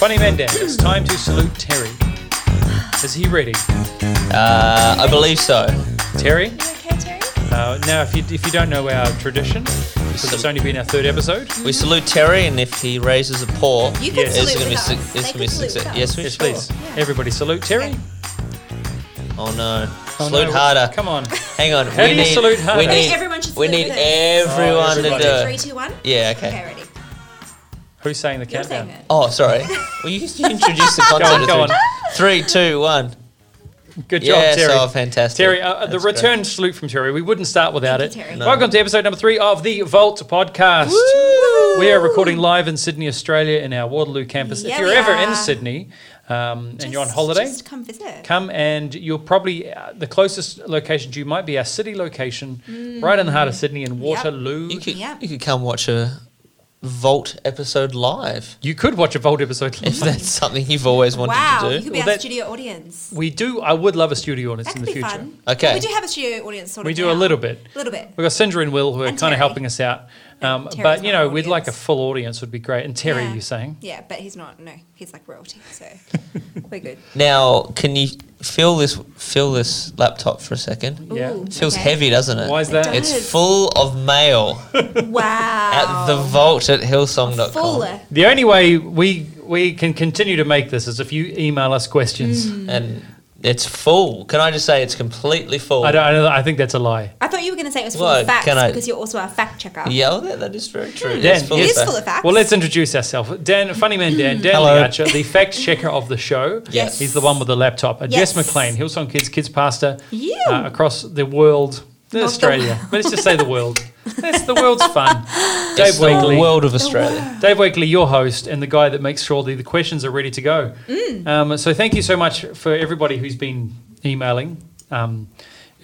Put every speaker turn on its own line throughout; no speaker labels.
Bunny Mendez, it's time to salute Terry. Is he ready?
Uh, I believe so.
Terry?
You okay, Terry?
Uh, now, if you, if you don't know our tradition, because it's only been our third episode,
We salute Terry, and if he raises a paw,
You
can
can
Yes.
it's
salute
salute
going to be
with
su-
us.
it's going to be success. Yes, we
yes,
sure.
please, everybody salute Terry.
Oh no!
Oh,
salute
no,
harder.
Come on.
Hang on.
How
we
do you
need,
salute
We
harder?
I
need,
think everyone should
we
salute
need
with it.
everyone to do
everybody.
Three,
it.
two, one.
Yeah.
Okay,
Okay.
ready.
Who's saying the
You're saying
countdown?
it.
Oh, sorry. Well, you, you introduced the
Go on,
concept.
go
of three, two, one.
Good job,
Yes,
Terry.
oh, fantastic.
Terry, uh, the
That's great.
return salute from Terry. We wouldn't start without
Thank
it.
you, Terry. No.
Welcome to episode number three of the Vault podcast. We are recording live in Sydney, Australia, in our Waterloo campus. if
Yeah,
you're
we
ever in
are.
Sydney um, and you're on
Just-
holiday,
Just come visit.
come and you'll probably uh, the closest location to you might be our city location, right in the heart of Sydney
Mm.
in Waterloo.
You could,
Yeah.
you could come watch a Vault episode live
You could watch a Vault episode.
if that's something you've always wanted
wow,
to
you
do.
could be
Well,
our
that-
studio audience.
we do. I would love a studio audience
That
in
could
the
be
future.
fun.
Okay.
We do have a studio audience sort of
We do a
now.
little bit.
little bit.
We've got Cinder and Will who are
And
kind of
Terry.
helping us out. Um,
Terry's
but, you
not
know,
an
we'd like a
audience.
full audience would be great. And Terry,
Yeah.
you're saying?
Yeah, but he's not. No, he's like royalty, so we're good.
Now, can you feel this? Feel this laptop for a second.
Yeah.
Ooh,
It feels
okay.
heavy, doesn't it?
Why is that?
does.
It's full of mail
Wow.
at the vault at hillsong.com.
full.
The only way we we can continue to make this is if you email us questions.
Mm.
And it's full. Can I just say it's completely full?
I, don't, I, don't, I think that's a lie.
I thought you were going to say it was full
Well,
of facts
can I-
because you're also a fact checker.
Yeah, well, that, that is very true.
Dan,
It's full
yes.
of
Hmm. It is
fact.
full of facts.
Well, let's introduce ourselves. Dan, funny man Dan, Dan
Hello.
Learcher, the fact checker of the show.
Yes.
He's the one with the laptop. Uh, Jess
Yes.
McLean, Hillsong Kids, Kids Pastor,
You.
uh, across the world, Australia. Let's just say the world. That's the world's fun. Dave
It's the
Wakely.
world of Australia.
Dave Wakely, your host, and the guy that makes sure that the questions are ready to go.
Mm.
Um, so thank you so much for everybody who's been emailing. Um,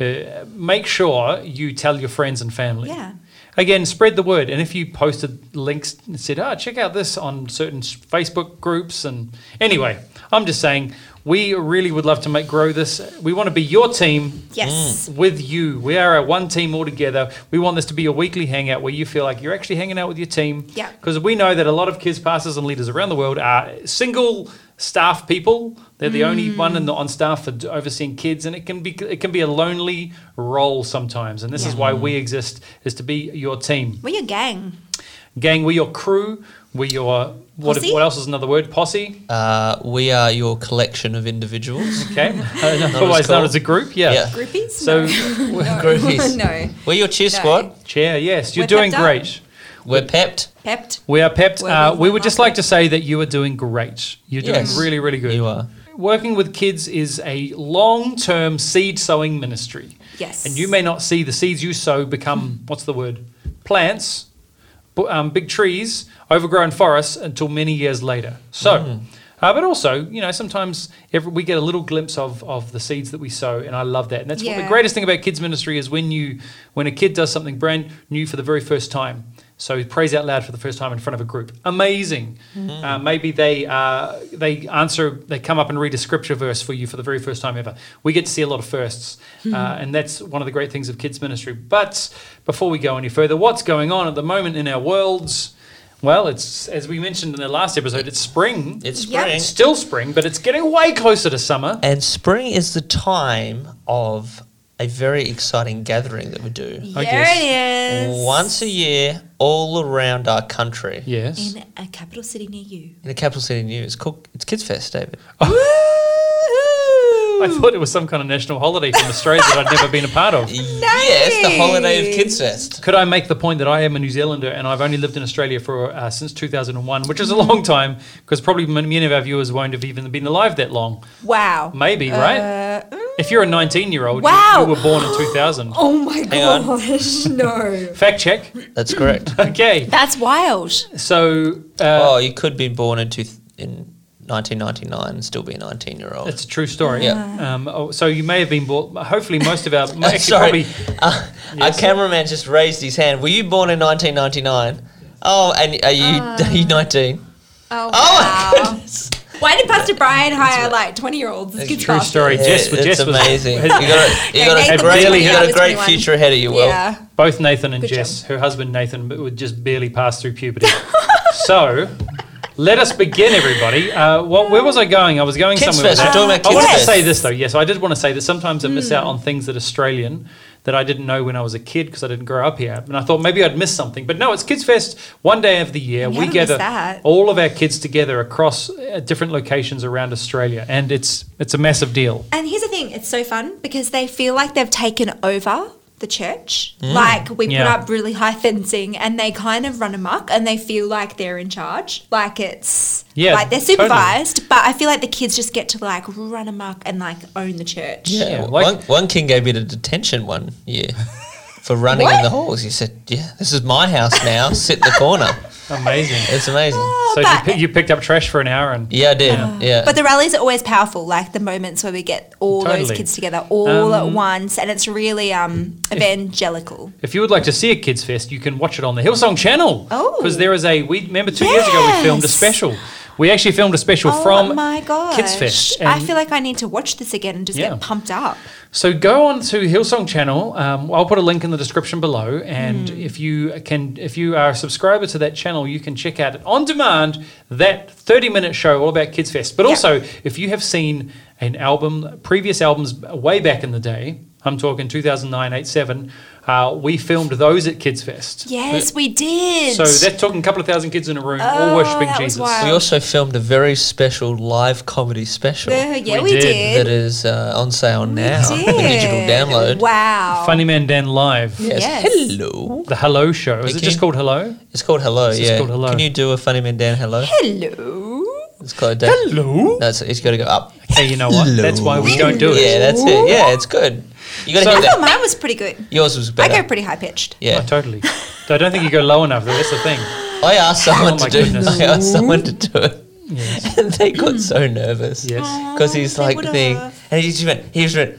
uh, make sure you tell your friends and family.
Yeah.
Again, spread the word. And if you posted links and said, ah, check out this on certain s- Facebook groups. And anyway, I'm just saying, we really would love to make grow this. We want to be your team Mm.
Yes.
with you. We are a one team all together. We want this to be a weekly hangout where you feel like you're actually hanging out with your team.
Yeah.
Because we know that a lot of kids, pastors, and leaders around the world are single staff people. They're the only
Mm.
one in the, on staff for d- overseeing kids, and it can be it can be a lonely role sometimes. And this is
Yeah.
why we exist is to be your team,
We're your gang.
gang. We're your crew. We're your what,
Posse?
what else is another word? Posse.
Uh, we are your collection of individuals.
Okay. Otherwise known
called.
as a group. Yeah.
Yeah.
Groupies?
So
no.
Groupies.
no.
We're your cheer
No.
squad.
chair. Yes, you're
We're
doing
pepped up.
great.
We're pepped.
Pepped.
We are pepped.
We're
Uh,
moving
we would just like to
upward.
say that you are doing great. You're doing
Yes.
really, really good.
You are.
Working with kids is a long term seed sowing ministry.
Yes.
And you may not see the seeds you sow become, what's the word? Plants, bu- um, big trees, overgrown forests until many years later. So, uh, but also, you know, sometimes every, we get a little glimpse of, of the seeds that we sow, and I love that. And that's what the
Yeah.
greatest thing about kids ministry is when you when a kid does something brand new for the very first time. So he prays out loud for the first time in front of a group. Amazing. Uh, maybe they uh, they answer, they come up and read a scripture verse for you for the very first time ever. We get to see a lot of firsts, uh, and that's one of the great things of kids ministry. But before we go any further, what's going on at the moment in our worlds? Well, it's as we mentioned in the last episode, it's spring.
It's
Yep.
spring.
It's still spring, but it's getting way closer to summer.
And spring is the time of a very exciting gathering that we do.
I
There it is.
Once a year, all around our country.
Yes.
In a capital city near you.
In the capital city news. Cool. It's Kids Fest, David.
Oh, I thought it was some kind of national holiday from Australia that I'd never been a part of.
Yes, the holiday of Kids Fest.
Could I make the point that I am a New Zealander and I've only lived in Australia for uh, since 2001, which is a long time because probably m- many of our viewers won't have even been alive that long.
Wow.
Maybe, right?
Uh, mm.
If you're a 19 year old,
Wow.
you, were born in 2000.
oh my
on.
gosh. no.
Fact check.
That's correct.
Okay,
That's wild.
so uh,
oh, you could be born in, two in 1999 and still be a 19 year old.
it's a true story.
Yeah.
Um, oh, so you may have been born. Hopefully, most of our actually
Sorry.
probably
Uh,
Yes.
Our cameraman just raised his hand. Were you born in 1999? Oh, and are you, are you 19?
Oh,
Oh, my
wow.
goodness.
Why did Pastor Brian hire like 20 year olds?
That's
true story. Jess,
it's
Jess was-
amazing. you got a, you got a
Nathan
great,
barely
you
hit
got a
it.
great
21.
future ahead of you, Will.
Yeah.
both Nathan and
Good
Jess, her husband Nathan, would just barely pass through puberty. so Let us begin, everybody. Uh, what, where was I going? I was going
Kids
somewhere. with
Fest, we're
that.
talking about
I want
Kids
to
Fest.
say this though. Yes, I did want to say that sometimes I miss
Hmm.
out on things that Australian that I didn't know when I was a kid because I didn't grow up here, and I thought maybe I'd miss something. But no, it's Kids Fest. One day of the year,
You
we
haven't
gather
missed that.
all of our kids together across uh, different locations around Australia, and it's it's a massive deal.
And here's the thing, it's so fun because they feel like they've taken over the church. Like we
Mm. Yeah.
put up really high fencing and they kind of run amok and they feel like they're in charge. Like it's
Yeah,
like they're
totally.
supervised, but I feel like the kids just get to like run amok and like own the church.
Yeah,
Yeah,
w-
like-
one, one king gave me the detention one year for running in
What?
the halls. He said, "Yeah, this is my house now. Sit in the corner."
Amazing.
It's amazing.
So you,
Oh, But-
pi- you picked up trash for an hour and
Yeah, I did. Yeah,
But the rallies are always powerful, like the moments where we get all
Totally. Um,
those kids together all at once, and it's really um, evangelical.
If you would like to see a Kids Fest, you can watch it on the Hillsong channel.
Oh.
because there is a we remember two years ago we filmed a
Yes.
special. We actually filmed a special
Oh
from
my gosh.
Kids Fest.
I
And
feel like I need to watch this again and just
Yeah.
get pumped up.
so go on to Hillsong channel. Um, I'll put a link in the description below, and
Hmm.
if you can, if you are a subscriber to that channel, you can check out it on demand that thirty-minute show all about Kids Fest. But
Yeah.
also, if you have seen an album, previous albums way back in the day, I'm talking 2009, 8, 7, uh, we filmed those at Kids Fest.
Yes, we did.
So that's talking a couple of thousand kids in a room all
Oh,
worshiping
that was
Jesus.
wild.
we also filmed a very special live comedy special
Uh, yeah,
We
we,
did.
did.
that is uh, on sale now. for
Did.
digital download.
Wow.
Funny Man Dan Live.
Yes.
Yes.
Hello.
The Hello Show. Is it
Okay.
just called Hello?
It's called Hello.
It's just
yeah.
called Hello.
Can you do a funny man down hello?
Hello.
It's called a
Hello?
No, it's, it's got to go up.
Hey, you know what? That's why we don't do it.
Yeah, that's it. Yeah, it's good. You got to
So-
hit
I thought
that.
mine was pretty good.
Yours was
I
better.
go pretty high pitched.
Oh,
Yeah,
totally. I don't think you go low enough. though. That's the thing.
I asked someone
Oh my
to do.
goodness.
I asked someone to do it,
Yes.
and they got so nervous.
Yes.
because he's
they
like
would've.
thing, and he just went, he just went,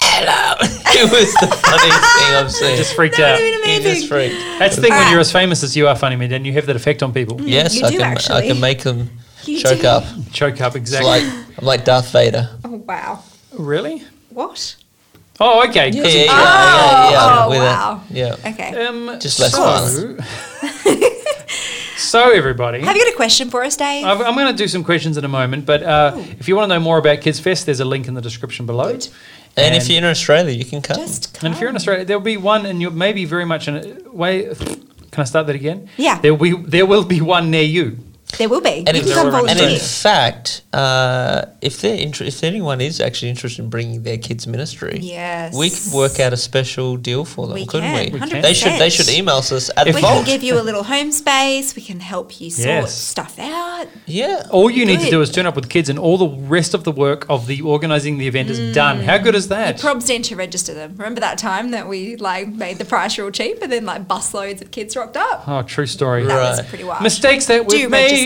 hello. it was the funniest thing I've seen.
Just freaked
That
out.
would've been
he
amazing.
just freaked.
That's the thing when
Ah.
you're as famous as you are, Funny Man Dan, you have that effect on people.
Yes,
you
I
do
can. I
actually.
can make him
You
choke
do.
up.
Choke up,
It's
exactly.
like I'm like Darth Vader.
Oh, wow.
really?
What?
Oh, okay.
Yeah,
'cause
yeah, yeah,
he-
yeah, yeah,
Oh,
with
wow.
it. Yeah.
Okay.
Um,
Just less
so, so, everybody.
Have you got a question for us, Dave?
I've, I'm going to do some questions in a moment, but uh, if you want to know more about Kids Fest, there's a link in the description below.
Good.
And, if you're in Australia, you can come.
Just come.
and if you're in Australia, there'll be one, and you maybe very much in a way. Can I start that again?
Yeah.
There will there will be one near you.
There will be.
And
you
if,
can come
Everyone
and
volunteer.
in
volunteer.
fact, uh, if they're inter- if anyone is actually interested in bringing their kids ministry,
Yes.
we could work out a special deal for them,
We
couldn't
can,
we?
100%.
They should they should email us at
If-
We
vault.
can give you a little home space. We can help you sort
Yes.
stuff out.
yeah,
Oh,
All you need to
Good.
do is turn up with kids, and all the rest of the work of the organising the event is done. How good is that?
Probs need to register them. Remember that time that we like made the price real cheap and then like busloads of kids rocked up?
oh, true story.
That was
Right.
pretty wild.
Mistakes that
Do
we've made.
register.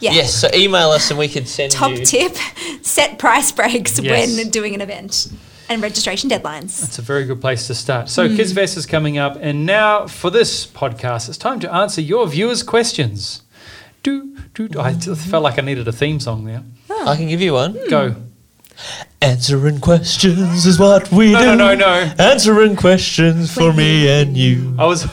Yeah.
Yes, so email us and we could send
Top
you.
tip set price breaks
Yes.
when doing an event and registration deadlines.
It's a very good place to start. So,
Hmm.
Kids Fest is coming up, and now for this podcast, it's time to answer your viewers' questions. Do do. do. I just felt like I needed a theme song there.
I can give you one.
Hmm.
Go.
Answering questions is what we
No,
do.
no, no, no.
Answering questions for me and you.
I was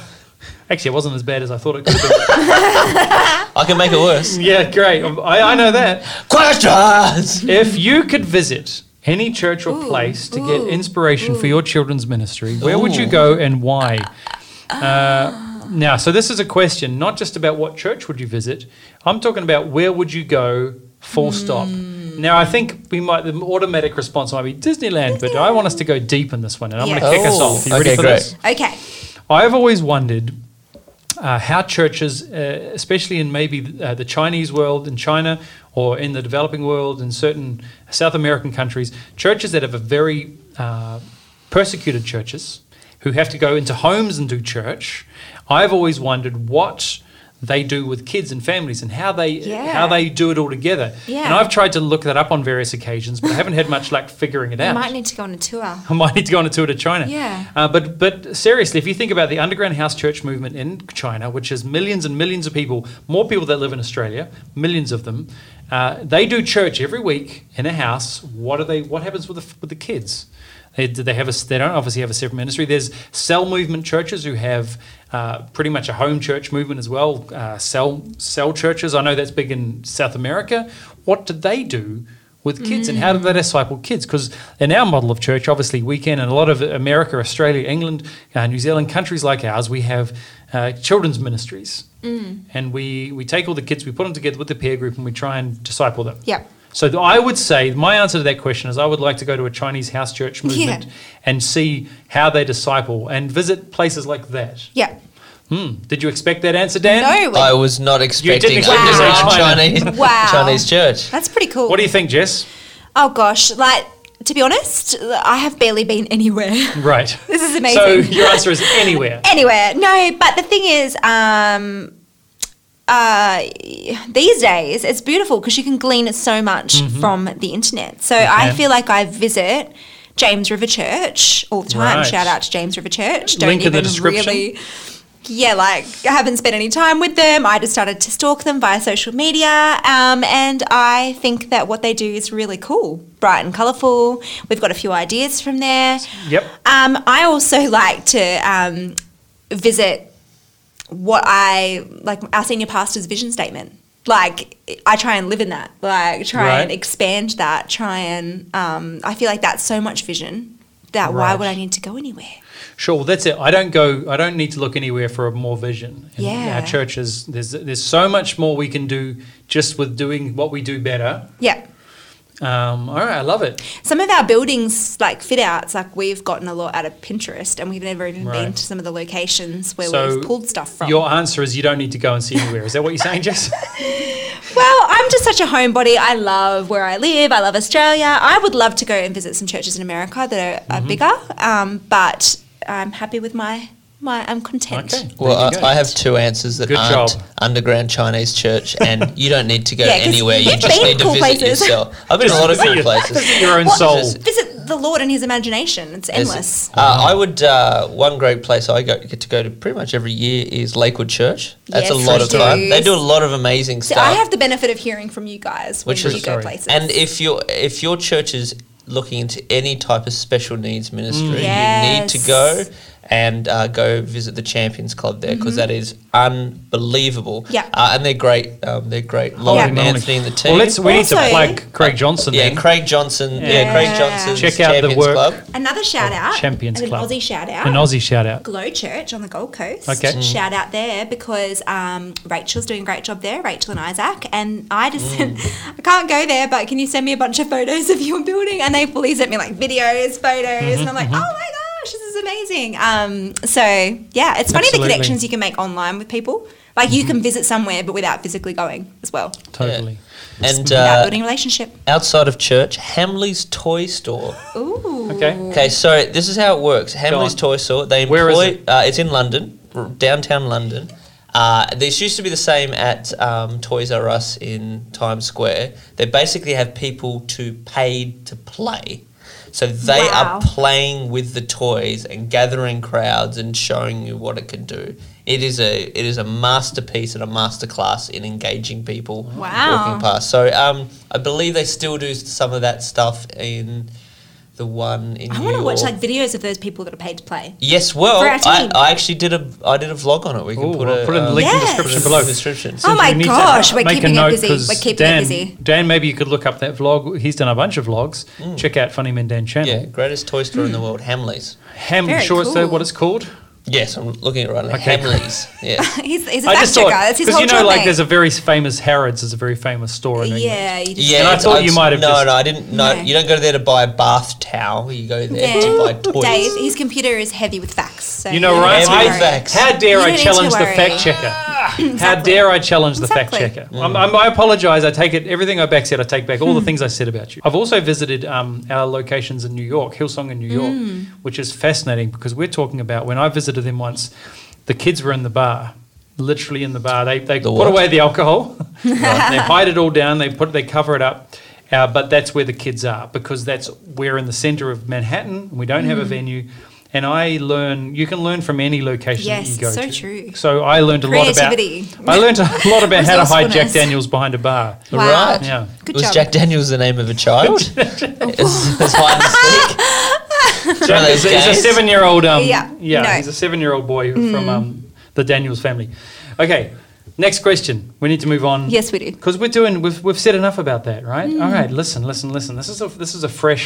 actually it wasn't as bad as I thought it could have
I can make it worse.
been. yeah, great. I, I know
Mm. Hmm.
that.
questions.
If you could visit any church or
Ooh,
place to get
ooh,
inspiration for your children's ministry, where would you
Ooh.
go and why?
Ah.
Uh, now, so this is a question not just about what church would you visit. I'm talking about where would you go.
Mm.
Full stop. Now, I think we might the automatic response might be Disneyland, but I want us to go deep in this one, and I'm
Yeah.
going to kick us
Oh,
off. Are you
okay,
ready for
great.
this?
Okay.
I've always wondered uh, how churches, uh, especially in maybe uh, the Chinese world, in China, or in the developing world, in certain South American countries, churches that have a very uh, persecuted churches who have to go into homes and do church. I've always wondered what they do with kids and families and how they
Yeah.
how they do it all together.
Yeah.
And I've tried to look that up on various occasions, but I haven't had much luck figuring it
You
out.
might need to go on a tour.
I might need to go on a tour to China.
Yeah.
Uh, but but seriously, if you think about the underground house church movement in China, which is millions and millions of people, more people that live in Australia, millions of them, uh, they do church every week in a house. What are they? What happens with the with the kids? They, they have a, they don't obviously have a separate ministry. There's cell movement churches who have uh, pretty much a home church movement as well. Uh, cell cell churches. I know that's big in South America. What do they do? With kids
Mm.
and how do they disciple kids? Because in our model of church, obviously, we can, and a lot of America, Australia, England, uh, New Zealand, countries like ours, we have uh, children's ministries,
Mm.
and we we take all the kids, we put them together with the peer group, and we try and disciple them.
Yeah.
So th- I would say my answer to that question is I would like to go to a Chinese house church movement and see how they disciple and visit places like that.
Yeah.
Hmm. Did you expect that answer, Dan?
No way.
I was not expecting a
expect
me to say
wow.
China.
Chinese
Wow.
Chinese church.
That's pretty cool.
What do you think, Jess?
oh gosh, like to be honest, I have barely been anywhere.
Right.
This is amazing.
So your answer is anywhere.
anywhere. No, but the thing is, um, uh, these days it's beautiful because you can glean so much
Mm-hmm.
from the internet. So I
can.
feel like I visit James River Church all the time.
Right.
Shout out to James River Church. Don't
Link in
even
the description.
really. Yeah, like I haven't spent any time with them. I just started to stalk them via social media. Um, and I think that what they do is really cool, bright and colourful. We've got a few ideas from there.
Yep.
Um, I also like to um, visit what I like our senior pastor's vision statement. Like I try and live in that. Like try and
Right.
expand that. Try and um, I feel like that's so much vision that why
Right.
would I need to go anywhere?
Sure, well, that's it. I don't go. I don't need to look anywhere for more vision. And
Yeah.
Our churches. There's there's so much more we can do just with doing what we do better.
Yeah.
Um, all right, I love it.
Some of our buildings, like fit outs, like we've gotten a lot out of Pinterest, and we've never even been
Right.
to some of the locations where
So
we've pulled stuff from.
Your answer is you don't need to go and see anywhere. Is that what you're saying, Jess?
Well, I'm just such a homebody. I love where I live. I love Australia. I would love to go and visit some churches in America that
Mm-hmm.
are, are bigger, um, but I'm happy with my my. I'm content.
Okay.
Well,
there you go.
I, I have two answers that
Good
aren't
job.
underground Chinese church, and you don't need to go
Yeah, 'cause
anywhere. You
you've
just
been
need to
cool
visit
places.
yourself. I've been to a lot of
Visit
cool
your-
places.
Visit your own
What-
soul.
Visit the Lord and His imagination. It's
There's-
endless.
Uh, I would. Uh, one great place I go, get to go to pretty much every year is Lakewood Church. That's a
Yes,
lot
we
of fun.
do.
They do a lot of amazing
So
stuff.
I have the benefit of hearing from you guys when
Which
you
is-
go
sorry.
places.
and if your if your church is looking into any type of special needs ministry, you need
Yes.
to go and uh, go visit the Champions Club there because is unbelievable.
Mm-hmm. Yeah.
uh, and they're great. Um, they're great. Lauren and
Holy moly.
Anthony and the team.
Well, let's, we need to
Also-
plug Craig Johnson.
yeah,
then.
Craig Johnson. Yeah, Craig
Yeah.
Johnson's
Check out the
Champions
work.
Club.
Another shout out,
Champions
an
Club.
Aussie shout out,
An Aussie shout out.
Glow Church on the Gold Coast.
Okay. Mm.
Shout out there because um, Rachel's doing a great job there, Rachel and Isaac. And I just,
Mm.
I can't go there, but can you send me a bunch of photos of your building? And they fully sent me like videos, photos.
Mm-hmm,
and I'm like, oh my gosh, this is amazing. Um, so, yeah, it's funny the
Absolutely. Mm-hmm.
connections you can make online with people. Like you can visit somewhere, but without physically going as well.
Totally.
And
Without
uh,
building a relationship.
outside of church, Hamley's Toy Store.
Ooh.
Okay.
Okay, so this is how it works. Hamley's
on.
Toy Store. They employ.
Where is it?
Uh, it's in London, r- downtown London. Uh, this used to be the same at um, Toys R Us in Times Square. They basically have people to paid to play. So they
Wow.
are playing with the toys and gathering crowds and showing you what it can do. It is a it is a masterpiece and a masterclass in engaging people
Wow.
walking past. So um, I believe they still do some of that stuff in the one in
I
New
want to watch
York.
like videos of those people that are paid to play.
Yes, well,
For our
I,
team.
I actually did a I did a vlog on it. We can
Ooh,
put,
we'll
a,
put it in the
um,
link
Yes.
in the description
put it in
below.
the description.
Oh my
We need to
gosh, we're
make a
keeping it
note
busy.
'cause
We're keeping it
Dan-
busy.
Dan, maybe you could look up that vlog. He's done a bunch of vlogs.
Mm.
Check out Funny Man Dan channel.
yeah, greatest toy store in the world, Hamleys.
Ham,
Very
sure it's the-
cool.
what it's called.
Yes, I'm looking at it right now.
Okay.
Hamleys. Yeah.
He's, he's a
I
fact
just
checker.
thought
That's his
because
whole
you know,
job,
like,
mate.
there's a very famous Harrods is a very famous store in England.
Yeah, you just
Yeah,
And I
it's-
thought you
it's-
might have
No,
just-
no, I didn't. No,
No.
you don't go there to buy a bath towel. You go there to buy toys.
Dave, his computer is heavy with facts. So
You know,
don't
right?
need to
Every
worry.
facts.
How dare
You don't
I
need to
challenge the
worry.
fact checker? How dare I challenge the
Exactly.
fact checker? I'm, I'm, I apologize. I take it everything I back said. I take back all
Hmm.
the things I said about you. I've also visited um, our locations in New York, Hillsong in New York,
Hmm.
which is fascinating because we're talking about when I visited them once, the kids were in the bar, literally in the bar. They they
The
put
what?
away the alcohol, they hide it all down. They put they cover it up. Uh, but that's where the kids are because that's we're in the center of Manhattan. We don't
Hmm.
have a venue, and I learn. You can learn from any location
Yes,
that you go
so
to.
true.
So I learned a
Creativity.
lot about. I learned a lot about how to hide
Resourcefulness.
Jack Daniels behind a bar.
Wow.
Right.
Yeah.
Good
Was
job.
Jack Daniels the name of a child? It's- it's hide and seek. one of
He's
those
a, he's a
days.
seven-year-old. Um,
Yeah,
yeah,
no. Hmm.
he's a seven-year-old boy from um, the Daniels family. Okay, next question. We need to move on.
Yes, we do. Hmm.
Because we're doing. We've, we've said enough about that, right? All right. Listen, listen, listen. This is a this is a fresh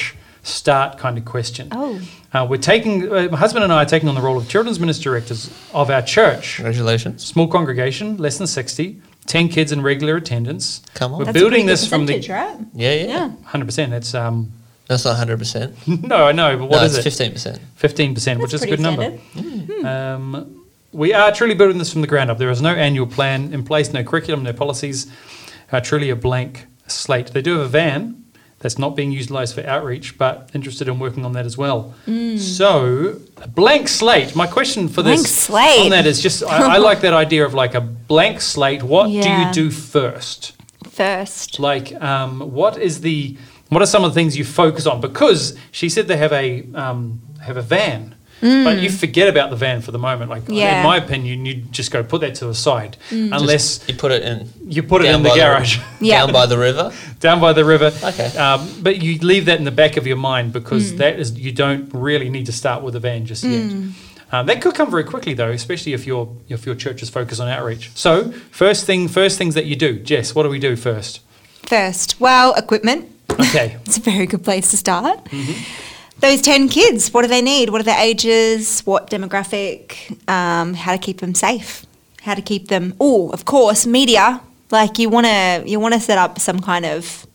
start kind of question.
Oh.
Uh, we're taking uh, my husband and I are taking on the role of children's minister directors of our church.
Congratulations.
Small congregation, less than 60, 10 kids in regular attendance.
Come on.
We're
That's a
building
pretty good
this from the
percentage, right?
Yeah, yeah.
Yeah.
100%. That's um,
That's not 100%.
no, I know, but
no,
what is
it's
it?
15%.
Fifteen percent, which
That's
is a
pretty
good number. Um, we are truly building this from the ground up. There is no annual plan in place, no curriculum, no policies. Uh, truly a blank slate. They do have a van that's not being utilised for outreach, but interested in working on that as well. So, a blank slate. My question for
Hmm. Blank
this
slate.
on that is just I, I like that idea of like a blank slate. What
Yeah.
do you do first?
First.
like um, what is the what are some of the things you focus on because she said they have a um, have a van but you forget about the van for the moment like
Yeah.
in my opinion you just go put that to the side unless
You put it in.
you put it
down
in the
by
garage
Yeah.
Down by the river.
down by the river
Okay.
um, but you leave that in the back of your mind because that is you don't really need to start with a van just yet um, that could come very quickly though especially if your if your church is focused on outreach so first thing first things that you do jess what do we do first
First. Well, equipment.
okay
It's a very good place to start. Those 10 kids, what do they need? What are their ages? What demographic? Um, how to keep them safe? How to keep them? Oh, of course, media. Like you want to you want to set up some kind of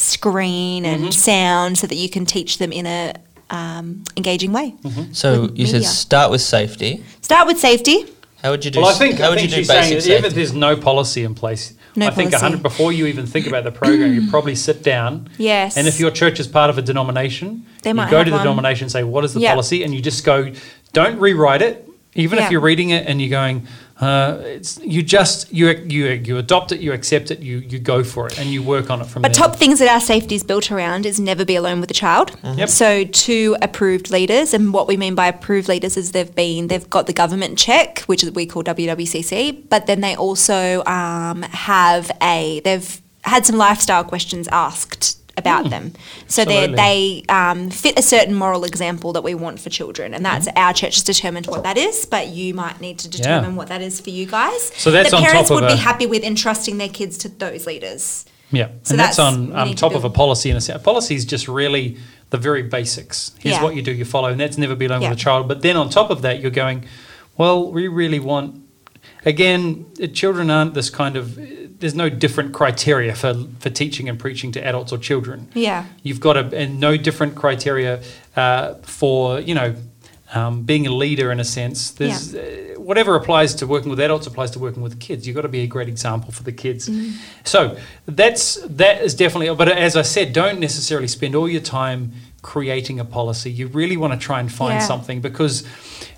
screen and sound so that you can teach them in a um, engaging way.
So you said
media.
start with safety.
Start with safety.
How would you do?
Well, I
s-
think,
how
I
would
think
you do
she's saying
basic
that even if
safety?
there's no policy in place,
No
I think
policy.
100 before you even think about the program, you probably sit down.
Yes.
And if your church is part of a denomination,
They
you
might
go
have
to the
one.
denomination and say, "What is the
Yeah.
policy?" And you just go, "Don't rewrite it." Even
Yeah.
if you're reading it and you're going, uh, it's, you just you you you adopt it, you accept it, you you go for it, and you work on it from
But
there.
top things that our safety is built around is never be alone with a child.
Yep.
So two approved leaders, and what we mean by approved leaders is they've been they've got the government check, which we call WWCC, but then they also um, have a they've had some lifestyle questions asked about them. So
Hmm.
they
Absolutely.
they um, fit a certain moral example that we want for children, and that's
Mm-hmm.
our church has determined what that is. But you might need to determine what that is for you guys.
So that's
the
on top
parents
of
would be
a-
happy with entrusting their kids to those leaders.
Yeah,
So
and that's,
that's-
on
we
um,
need to
top of a
build-
policy. And a policy is just really the very basics. Here's
Yeah.
what you do, you follow, and that's never been done
Yeah.
with a child. But then on top of that, you're going, well, we really want. Again, uh, children aren't this kind of. uh, There's no different criteria for for teaching and preaching to adults or children.
Yeah.
You've got a and no different criteria uh, for you know. Um, being a leader, in a sense, there's uh, whatever applies to working with adults applies to working with kids. You've got to be a great example for the kids.
Mm-hmm.
So that's that is definitely. But as I said, don't necessarily spend all your time creating a policy. You really want to try and find
Yeah.
something because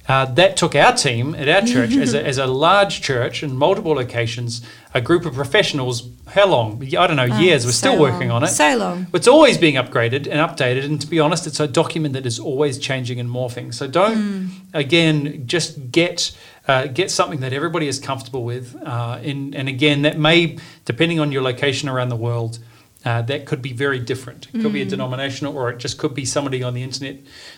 uh, that took our team at our church as a, as a large church in multiple locations. A group of professionals. How long? I don't know. years. We're
Ah, so
still working
long.
on it.
So long.
It's always being upgraded and updated, and to be honest, it's a document that is always changing and morphing. So don't, again, just get uh, get something that everybody is comfortable with. Uh, in, and again, that may, depending on your location around the world, uh, that could be very different. It could be a denominational, or it just could be somebody on the internet.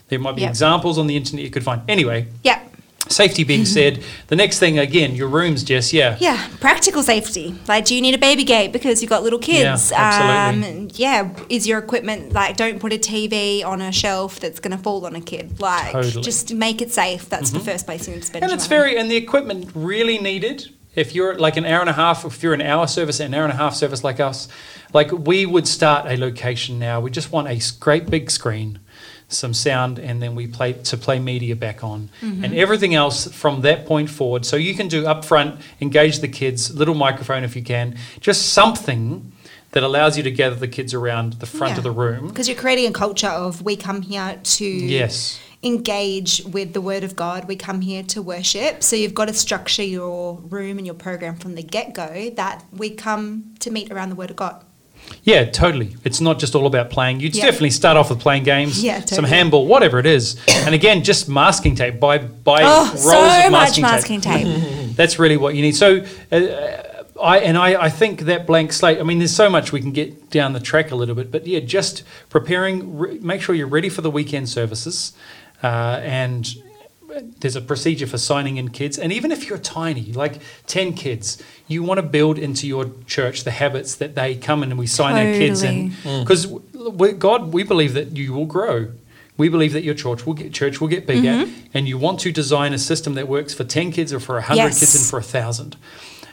There might be
Yep.
examples on the internet you could find. Anyway,
Yeah.
safety being said, the next thing again, your rooms, Jess. Yeah.
Yeah, practical safety. Like, do you need a baby gate because you've got little kids?
absolutely.
Um, yeah, is your equipment like? Don't put a TV on a shelf that's going to fall on a kid. Like,
Totally. Mm-hmm.
just make it safe. That's the first place you need to spend.
And
your
it's
money.
very, and the equipment really needed. If you're like an hour and a half, if you're an hour service, an hour and a half service like us, like we would start a location now. We just want a s- great big screen, some sound, and then we play to play media back on, and everything else from that point forward. So you can do upfront, engage the kids, little microphone if you can, just something that allows you to gather the kids around the front of the
Yeah.
room.
because you're creating a culture of we come here to
Yes.
engage with the word of God. We come here to worship. So you've got to structure your room and your program from the get go that we come to meet around the word of God.
Yeah, totally. It's not just all about playing. You'd
Yeah.
definitely start off with playing games,
Yeah,
some
totally.
handball, whatever it is. And again, just masking tape. Buy buy
Oh,
rolls
so
of
much
masking,
masking tape. Mm-hmm.
tape. That's really what you need. So, uh, I and I, I think that blank slate. I mean, there's so much we can get down the track a little bit, but yeah, just preparing. Re- make sure you're ready for the weekend services. uh, and there's a procedure for signing in kids. And even if you're tiny, like 10 kids, you want to build into your church the habits that they come in and we sign our kids in. Because God, Mm. we believe that you will grow. We believe that your church will get church will get bigger,
Mm-hmm.
and you want to design a system that works for ten kids, or for hundred
Yes.
kids, and for thousand.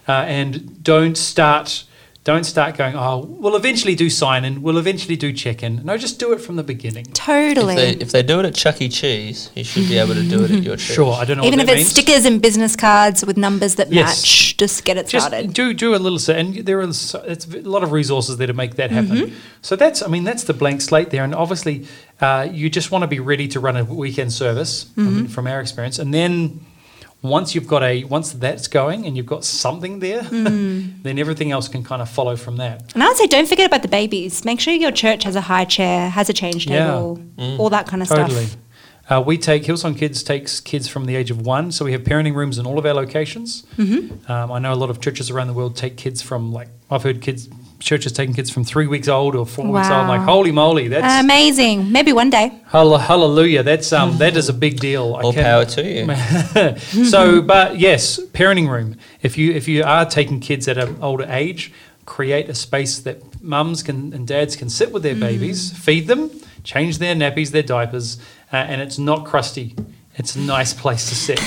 Uh, and don't start don't start going. Oh, we'll eventually do sign in. We'll eventually do check in. No, just do it from the beginning.
Totally.
If they, if they do it at Chuck E. Cheese, you should be able to do it at your church.
Sure, I don't know
Even
what
if
that
it's
means.
stickers and business cards with numbers that
Yes.
match, just get it
just
started.
do do a little set, and there are so- it's a lot of resources there to make that happen. So that's I mean that's the blank slate there, and obviously uh, you just want to be ready to run a weekend service from, from our experience, and then once you've got a once that's going and you've got something there, then everything else can kind of follow from that.
And I would say don't forget about the babies. Make sure your church has a high chair, has a change
Yeah. Mm.
table, all that kind of
Totally.
stuff.
Uh, we take Hillsong Kids takes kids from the age of one, so we have parenting rooms in all of our locations.
Mm-hmm.
Um, I know a lot of churches around the world take kids from like I've heard kids churches taking kids from three weeks old or four weeks old. I'm like
Wow. Um,
holy moly, that's
Amazing. Maybe one day.
hall- hallelujah. That's
mm.
um that is a big deal. I
All
can-
power to you.
so, but yes, parenting room. If you if you are taking kids at an older age, create a space that mums can and dads can sit with their
Mm.
babies, feed them, change their nappies, their diapers, uh, and it's not crusty. It's a nice place to sit.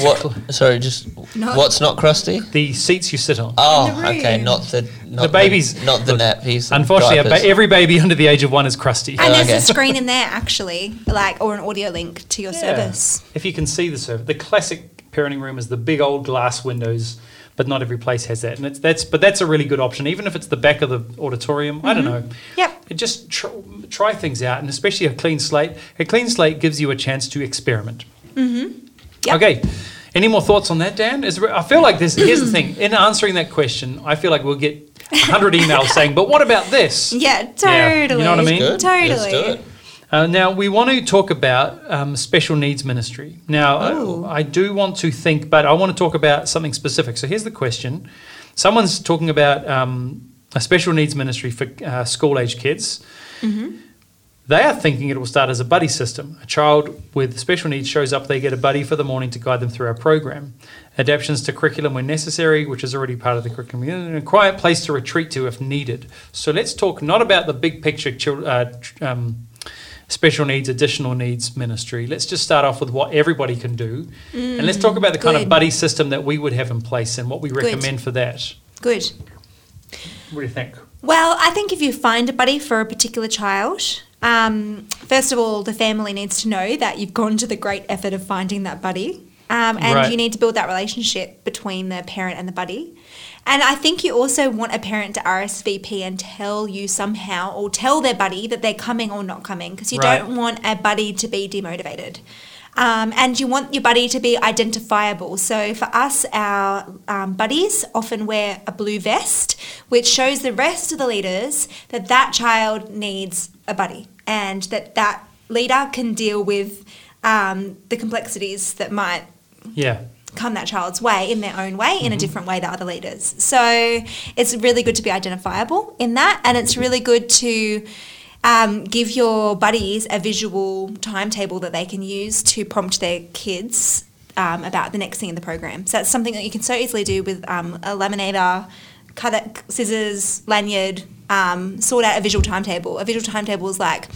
What? Sorry, just
No.
what's not crusty?
The seats you sit on.
Oh,
the room.
okay, not the not
babies.
not the
Look,
nappies. and
Unfortunately, a ba-
diapers.
every baby under the age of one is crusty.
And there's
okay.
a screen in there actually, like or an audio link to your
Yeah.
service.
If you can see the service, the classic parenting room is the big old glass windows, but not every place has that. And it's that's but that's a really good option, even if it's the back of the auditorium. I don't
Mm-hmm.
know.
Yep.
It just tr- try things out, and especially a clean slate. A clean slate gives you a chance to experiment.
Mm-hmm. Yep.
Okay. Any more thoughts on that, Dan? Is there- I feel like this. Here's the thing: in answering that question, I feel like we'll get hundred emails saying, "But what about this?"
Yeah,
Yeah,
totally.
you know what I mean?
Good,
Totally.
let's do it.
Uh, now, we want to talk about um, special needs ministry. Now, uh,
Ooh.
I, I do want to think, but I want to talk about something specific. So here's the question Someone's talking about um, a special needs ministry for uh, school age kids. They are thinking it will start as a buddy system. A child with special needs shows up, they get a buddy for the morning to guide them through our program. Adaptions to curriculum when necessary, which is already part of the curriculum, and a quiet place to retreat to if needed. So let's talk not about the big picture chil- uh, tr- um, special needs, additional needs ministry. Let's just start off with what everybody can do. and let's talk about the kind of
good.
buddy system that we would have in place and what we recommend for that.
Good.
What do you think?
Well, I think if you find a buddy for a particular child, um, first of all, the family needs to know that you've gone to the great effort of finding that buddy. Um, and
Right.
you need to build that relationship between the parent and the buddy. And I think you also want a parent to RSVP and tell you somehow or tell their buddy that they're coming or not coming because you
Right.
don't want a buddy to be demotivated. Um, and you want your buddy to be identifiable. So for us, our um, buddies often wear a blue vest, which shows the rest of the leaders that that child needs a buddy and that that leader can deal with um, the complexities that might
Yeah.
come that child's way in their own way in a different way that other leaders so it's really good to be identifiable in that and it's really good to um, give your buddies a visual timetable that they can use to prompt their kids um, about the next thing in the program so that's something that you can so easily do with um, a laminator cutter scissors lanyard um, sort out a visual timetable a visual timetable is like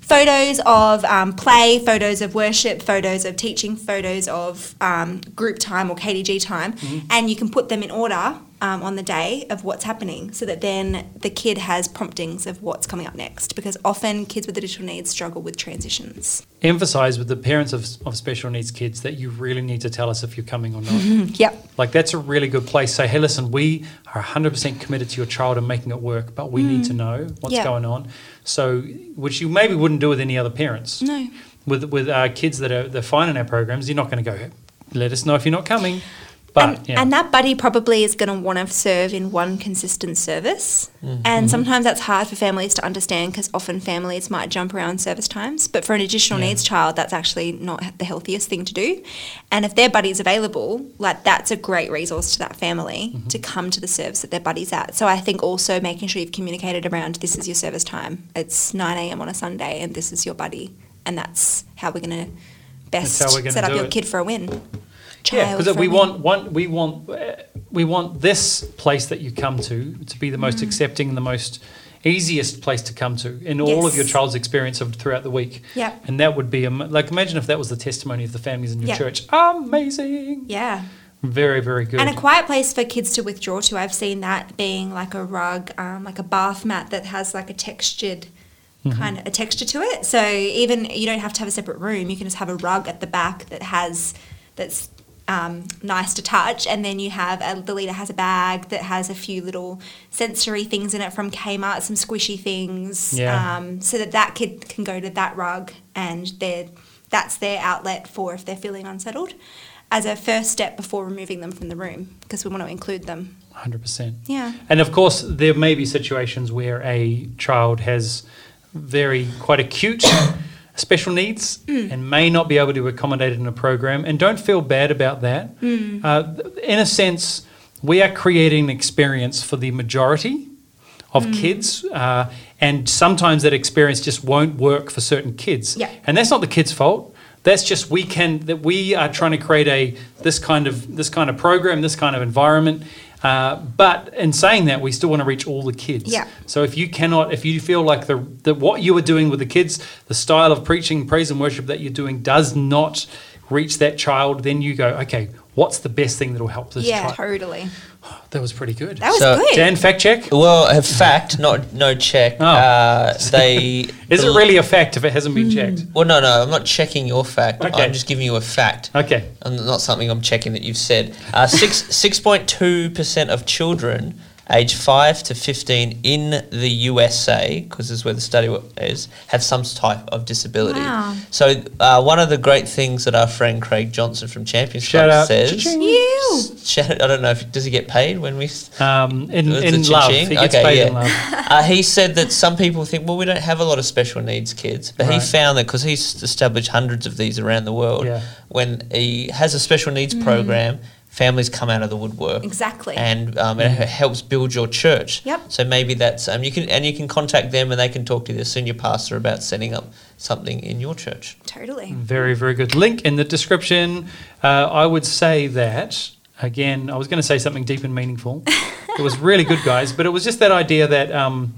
photos of um, play, photos of worship, photos of teaching, photos of um, group time or KDG time, and you can put them in order um, on the day of what's happening so that then the kid has promptings of what's coming up next because often kids with additional needs struggle with transitions.
Emphasize with the parents of, of special needs kids that you really need to tell us if you're coming or not.
Yep.
Like that's a really good place. Say, hey, listen, we are 100% committed to your child and making it work, but we need to know what's
Mm-hmm. Yeah.
going on. So, which you maybe wouldn't do with any other parents.
No.
With with uh, kids that are they're fine in our programs, you're not going to go. Let us know if you're not coming. But
and,
yeah,
and that buddy probably is going to want to serve in one consistent service.
Mm-hmm.
And sometimes that's hard for families to understand because often families might jump around service times. But for an additional needs child, that's actually not the healthiest thing to do. And if their buddy's available, like that's a great resource to that family
Mm-hmm.
to come to the service that their buddy's at. So I think also making sure you've communicated around this is your service time. It's 9 a.m. on a Sunday and this is your buddy. And that's how we're going to best
That's how we're gonna
set up
do
your
it.
kid for a win.
Yeah,
Child
because
for
we
a
want, want we want uh, we want this place that you come to to be the
Mm.
most accepting and the most easiest place to come to in all of your
Yes.
child's experience of throughout the week.
Yep.
And that would be am- like imagine if that was the testimony of the families in your
Yep.
church. Amazing.
win. Yeah.
Very very good.
And a quiet place for kids to withdraw to. I've seen that being like a rug, um, like a bath mat that has like a textured
Mm-hmm.
kind of a texture to it. So even you don't have to have a separate room. You can just have a rug at the back that has that's um, nice to touch, and then you have a, the leader has a bag that has a few little sensory things in it from Kmart, some squishy things,
Yeah.
um, so that that kid can go to that rug and their that's their outlet for if they're feeling unsettled as a first step before removing them from the room because we want to include them.
100%.
Yeah.
And of course, there may be situations where a child has very quite acute special needs
Mm.
and may not be able to accommodate it in a program. And don't feel bad about that.
Mm.
Uh, th- in a sense, we are creating an experience for the majority of
Mm.
kids. Uh, and sometimes that experience just won't work for certain kids.
Yeah.
And that's not the kid's fault. That's just we can that we are trying to create a this kind of this kind of program, this kind of environment. Uh, but in saying that, we still want to reach all the kids.
Yeah.
So if you cannot, if you feel like the that what you are doing with the kids, the style of preaching, praise and worship that you're doing does not reach that child, then you go, okay, what's the best thing that will help this
yeah,
child?
totally.
That was pretty good.
That was
So,
good.
Dan, fact check.
Well, a fact, not no check.
Oh.
Uh, they
Is it
bel-
really a fact if it hasn't
Hmm.
been checked?
Well, no, no. I'm not checking your fact.
Okay.
I'm just giving you a fact.
Okay.
and not something I'm checking that you've said. Uh, six six point two percent of children aged five to fifteen in the USA, because this is where the study wa- is, have some type of disability.
Wow.
So uh, one of the great things that our friend Craig Johnson from Champions
Shout
Club
out.
says.
Cha-ching.
Ew.
Shout out- I don't know if does he get paid when we. s-
Um, in
It's
in
a
love, he
cha-ching.
gets
Okay,
paid
yeah.
in love.
Uh, he said that some people think, well, we don't have a lot of special needs kids, but he
Right.
found that because he's established hundreds of these around the world,
Yeah.
when he has a special needs program, families come out of the woodwork.
Mm. Exactly.
And um,
Mm.
it helps build your church.
Yep.
So maybe that's um, you can and you can contact them and they can talk to their senior pastor about setting up something in your church.
Totally.
Very, very good. Link in the description. Uh, I would say that, again, I was going to say something deep and meaningful. it was really good, guys, but it was just that idea that um,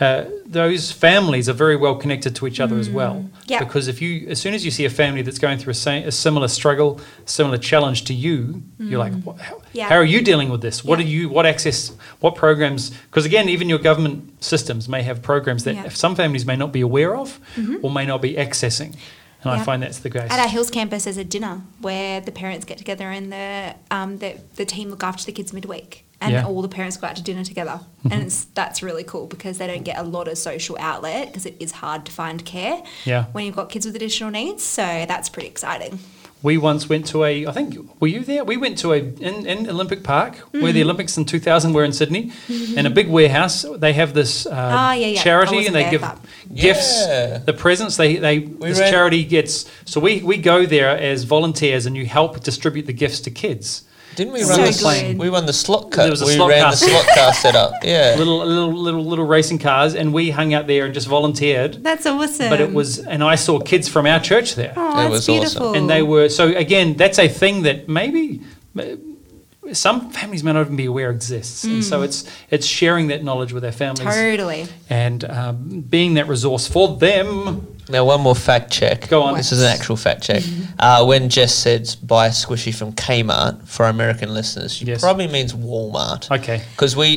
uh, those families are very well connected to each other as well.
yeah.
Because if you, as soon as you see a family that's going through a, sa- a similar struggle, similar challenge to you, you're like, what, how,
Mm. Yeah.
how are you dealing with this? What
Yeah.
are you, what access, what programs? Because again, even your government systems may have programs that
Yeah. Mm-hmm.
some families may not be aware of or may not be accessing. And I
Yeah.
find that's the case.
At our Hills campus, there's a dinner where the parents get together and the um, the, the team look after the kids midweek, and
Yeah. Mm-hmm.
all the parents go out to dinner together, and it's, that's really cool because they don't get a lot of social outlet because it is hard to find care
Yeah.
when you've got kids with additional needs. So that's pretty exciting.
We once went to a, I think, were you there? We went to a, in, in Olympic Park, where
Mm-hmm.
the Olympics in 2000 were in Sydney, in a big warehouse. They have this uh,
Ah, yeah, yeah. I
charity
wasn't
and they
there,
give
but-
gifts,
Yeah.
the presents. They, they This
ran-
charity gets, so we, we go there as volunteers and you help distribute the gifts to kids.
Didn't we
So
run the
good.
we run the slot car?
There was a
we
slot
ran
car.
the slot car setup. Yeah.
Little, little, little, little racing cars, and we hung out there and just volunteered.
That's awesome.
But it was, and I saw kids from our church there.
Oh,
That
that's
was awesome.
beautiful.
and they were so again that's a thing that maybe m- some families may not even be aware exists and so it's it's sharing that knowledge with their families
Mm. totally.
and um, being that resource for them
Now, one more fact check.
Go on.
This is an actual fact check.
Mm-hmm.
Uh, when Jess said buy a squishy from Kmart for our American listeners, she
Yes.
probably means Walmart.
okay
Because we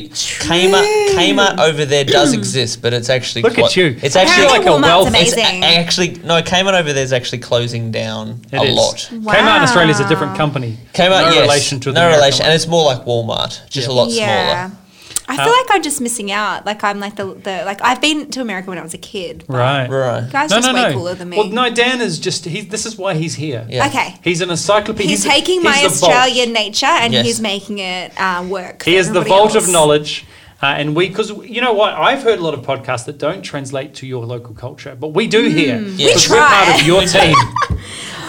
Kmart Kmart over there does exist, but it's actually
Look at
quite-
you.
It's actually
Apparently
like a
Walmart's
wealth.
amazing.
It's a- actually no Kmart over there is actually closing down
it
a
is.
lot.
Kmart in Australia is a different
Wow.
company
Kmart
no
yes,
relation to the
no
American
relation,
one.
and it's more like Walmart, just
Yeah.
a lot
yeah.
smaller.
I feel like I'm just missing out. Like I'm like the, the like I've been to America when I was a kid. but
right
You
Right.
guys
no,
just
no,
way
no.
cooler than me.
Well, no, Dan is just, he's, this is why he's here.
Yeah.
Okay.
He's an encyclopedia.
He's,
a-
taking my
the vault.
Australian nature and
Yes.
he's making it um, work.
He
for
is the
everybody
vault of
else.
knowledge. Uh, and we, because you know what, I've heard a lot of podcasts that don't translate to your local culture, but we do here.
We
because We're
Hmm. try.
part of your team.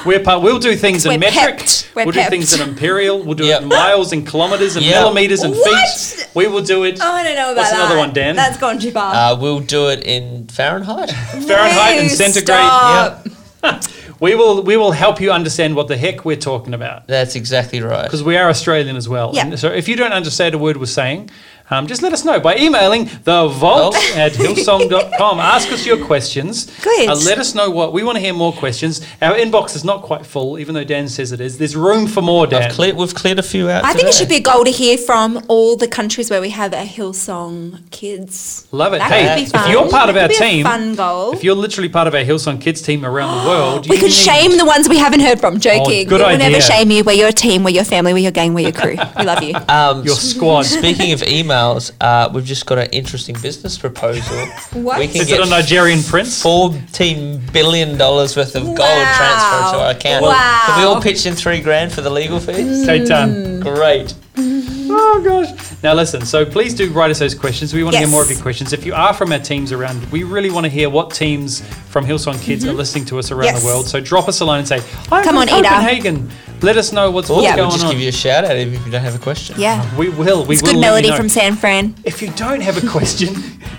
We're part, we'll do things in
We're
metric.
pepped. We're
We'll do things in
pepped.
imperial. We'll do
Yep.
it in miles and kilometers and
Yep.
millimeters and feet.
What?
We will do it.
Oh, I don't know about
What's
that.
another one, Dan? Uh,
That's gone too far.
Uh, we'll do it in Fahrenheit.
Fahrenheit and
No,
centigrade.
stop.
yeah.
we will we will help you understand what the heck we're talking about
That's exactly right.
because we are Australian as well.
Yeah.
And so if you don't understand a word we're saying, um, just let us know by emailing the vault
Vault.
at hillsong.com. Ask us your questions.
Good.
Uh, let us know what we want to hear more questions. Our inbox is not quite full, even though Dan says it is. There's room for more, Dan.
I've cleared, we've cleared a few out.
I think it
today.
should be a goal to hear from all the countries where we have our Hillsong kids.
Love it.
That
hey,
could be
if
fun.
you're part of
That
our
could be
team,
a fun goal.
if you're literally part of our Hillsong Kids team around the world,
We
you
could
need-
shame the ones we haven't heard from. Joking.
Oh, good
we will
idea.
never shame you. We're your team. We're your family. We're your gang. We're your crew. We love you.
Um,
your squad.
Speaking of emails, uh, we've just got an interesting business proposal.
What?
We can
Is
get
it a Nigerian prince?
fourteen billion dollars worth of gold
Wow.
transferred to our account.
Wow.
Can we all pitch in three grand for the legal
Mm.
fees?
Okay, done.
Great.
Oh gosh. Now listen, so please do write us those questions. We want to hear
Yes.
more of your questions. If you are from our teams around, we really want to hear what teams from Hillsong Kids are listening to us around
Mm-hmm. Yes.
the world. So drop us a line and say, I'm
Come
from
on, Ada."
Copenhagen. Let us know what's, what's
Yeah.
We'll
going
just
on.
give you a shout out if you don't have a question.
yeah.
we will. We
It's
will let
good
you
melody
know.
from San Fran.
If you don't have a question,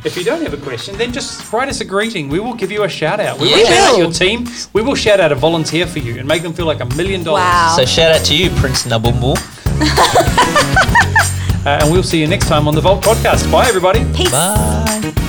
if you don't have a question, then just write us a greeting. We will give you a shout out. We will
Yeah.
shout out
Will.
your team. We will shout out a volunteer for you and make them feel like a million dollars.
Wow.
So shout out to you, Prince Nubblemore.
Uh, and we'll see you next time on the Vault Podcast. Bye, everybody.
Peace.
Bye.